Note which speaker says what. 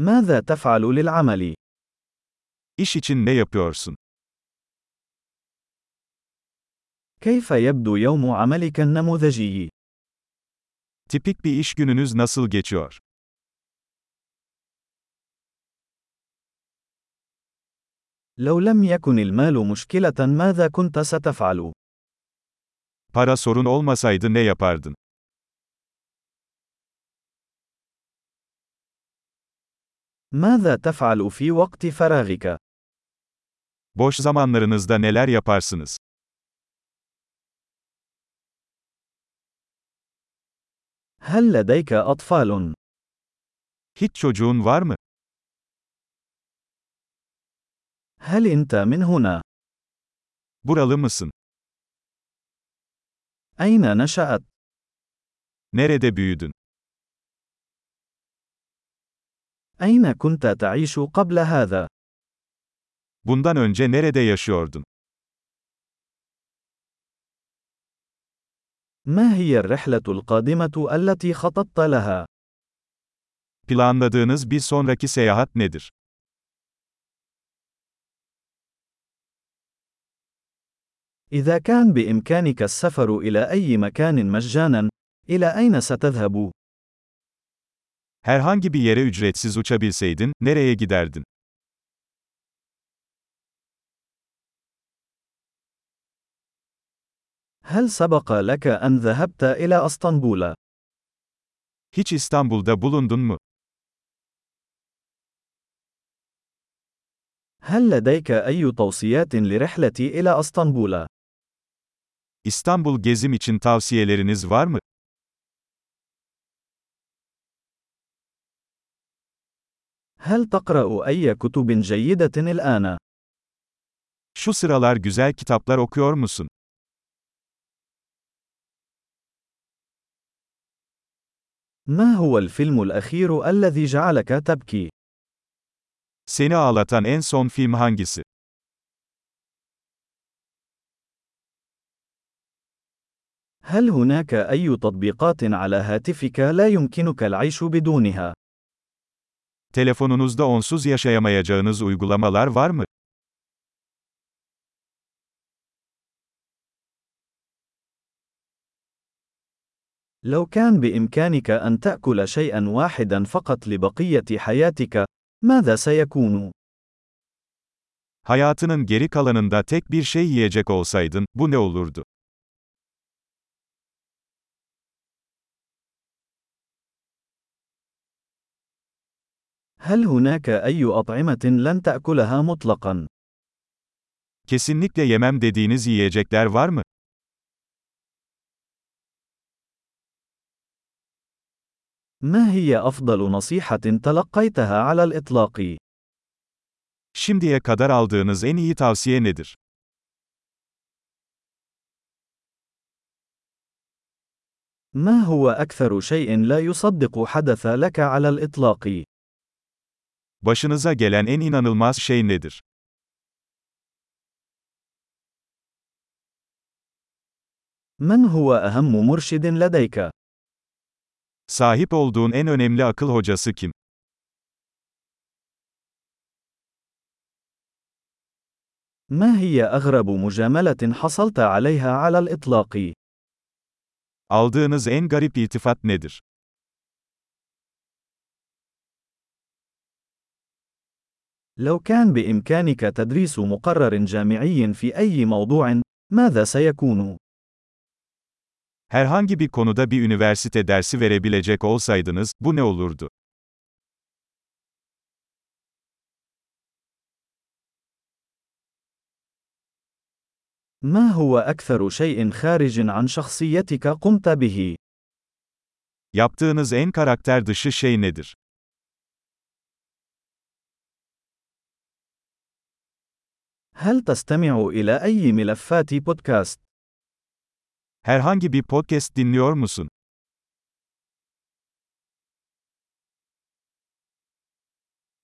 Speaker 1: ماذا تفعل للعمل؟
Speaker 2: İş için ne yapıyorsun?
Speaker 1: كيف يبدو يوم عملك النموذجي؟
Speaker 2: Tipik bir iş gününüz nasıl geçiyor?
Speaker 1: لو لم يكن المال مشكلة ماذا كنت ستفعل؟
Speaker 2: Para sorun olmasaydı ne yapardın?
Speaker 1: ماذا تفعل في وقت فراغك؟
Speaker 2: Boş zamanlarınızda neler yaparsınız?
Speaker 1: هل لديك أطفال؟
Speaker 2: Hiç çocuğun var mı?
Speaker 1: هل أنت من هنا؟
Speaker 2: Buralı mısın?
Speaker 1: أين نشأت؟
Speaker 2: Nerede büyüdün?
Speaker 1: أين كنت تعيش قبل هذا؟
Speaker 2: Bundan önce nerede yaşıyordun?
Speaker 1: ما هي الرحلة القادمة التي خططت لها؟
Speaker 2: Planladığınız bir sonraki seyahat nedir?
Speaker 1: إذا كان بإمكانك السفر إلى أي مكان مجانا، إلى أين ستذهب؟
Speaker 2: Herhangi bir yere ücretsiz uçabilseydin, nereye giderdin?
Speaker 1: هل سبق لك أن ذهبت إلى أسطنبول؟
Speaker 2: Hiç İstanbul'da bulundun mu?
Speaker 1: هل لديك أي توصيات لرحلتي إلى أسطنبول؟
Speaker 2: İstanbul gezim için tavsiyeleriniz var mı?
Speaker 1: هل تقرأ أي كتب جيدة الآن؟
Speaker 2: Şu sıralar güzel kitaplar okuyor musun?
Speaker 1: ما هو الفيلم الأخير الذي جعلك تبكي؟
Speaker 2: Seni ağlatan en son film hangisi?
Speaker 1: هل هناك أي تطبيقات على هاتفك لا يمكنك العيش بدونها؟
Speaker 2: Telefonunuzda onsuz yaşayamayacağınız uygulamalar var mı?
Speaker 1: لو كان بإمكانك أن تأكل شيئًا واحدًا فقط لبقية حياتك، ماذا سيكون؟
Speaker 2: Hayatının geri kalanında tek bir şey yiyecek olsaydın, bu ne olurdu?
Speaker 1: هل هناك أي أطعمة لن تأكلها مطلقًا؟
Speaker 2: Kesinlikle yemem dediğiniz yiyecekler var mı?
Speaker 1: ما هي أفضل نصيحة تلقيتها على الإطلاق؟
Speaker 2: Şimdiye kadar aldığınız en iyi tavsiye nedir?
Speaker 1: ما هو أكثر شيء لا يصدق حدث لك على الإطلاق؟
Speaker 2: Başınıza gelen en inanılmaz şey nedir?
Speaker 1: من هو أهم مرشد لديك؟
Speaker 2: Sahip olduğun en önemli akıl hocası kim?
Speaker 1: ما هي أغرب مجاملة حصلت عليها على الإطلاق؟
Speaker 2: Aldığınız en garip iltifat nedir?
Speaker 1: لو كان بإمكانك تدريس مقرر جامعي في أي موضوع، ماذا سيكون؟
Speaker 2: Herhangi bir konuda bir üniversite dersi verebilecek olsaydınız, bu ne olurdu?
Speaker 1: ما هو أكثر شيء خارج عن شخصيتك قمت به؟
Speaker 2: Yaptığınız en karakter dışı şey nedir?
Speaker 1: هل تستمع إلى أي ملفات بودكاست؟
Speaker 2: Herhangi bir podcast dinliyor musun?